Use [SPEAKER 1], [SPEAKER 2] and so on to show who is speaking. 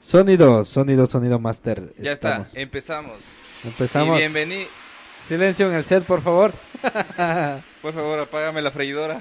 [SPEAKER 1] Sonido, sonido, sonido master.
[SPEAKER 2] Ya
[SPEAKER 1] Estamos.
[SPEAKER 2] está, empezamos.
[SPEAKER 1] Empezamos.
[SPEAKER 2] Y bienvenido.
[SPEAKER 1] Silencio en el set, por favor.
[SPEAKER 2] Por favor, apágame la freidora.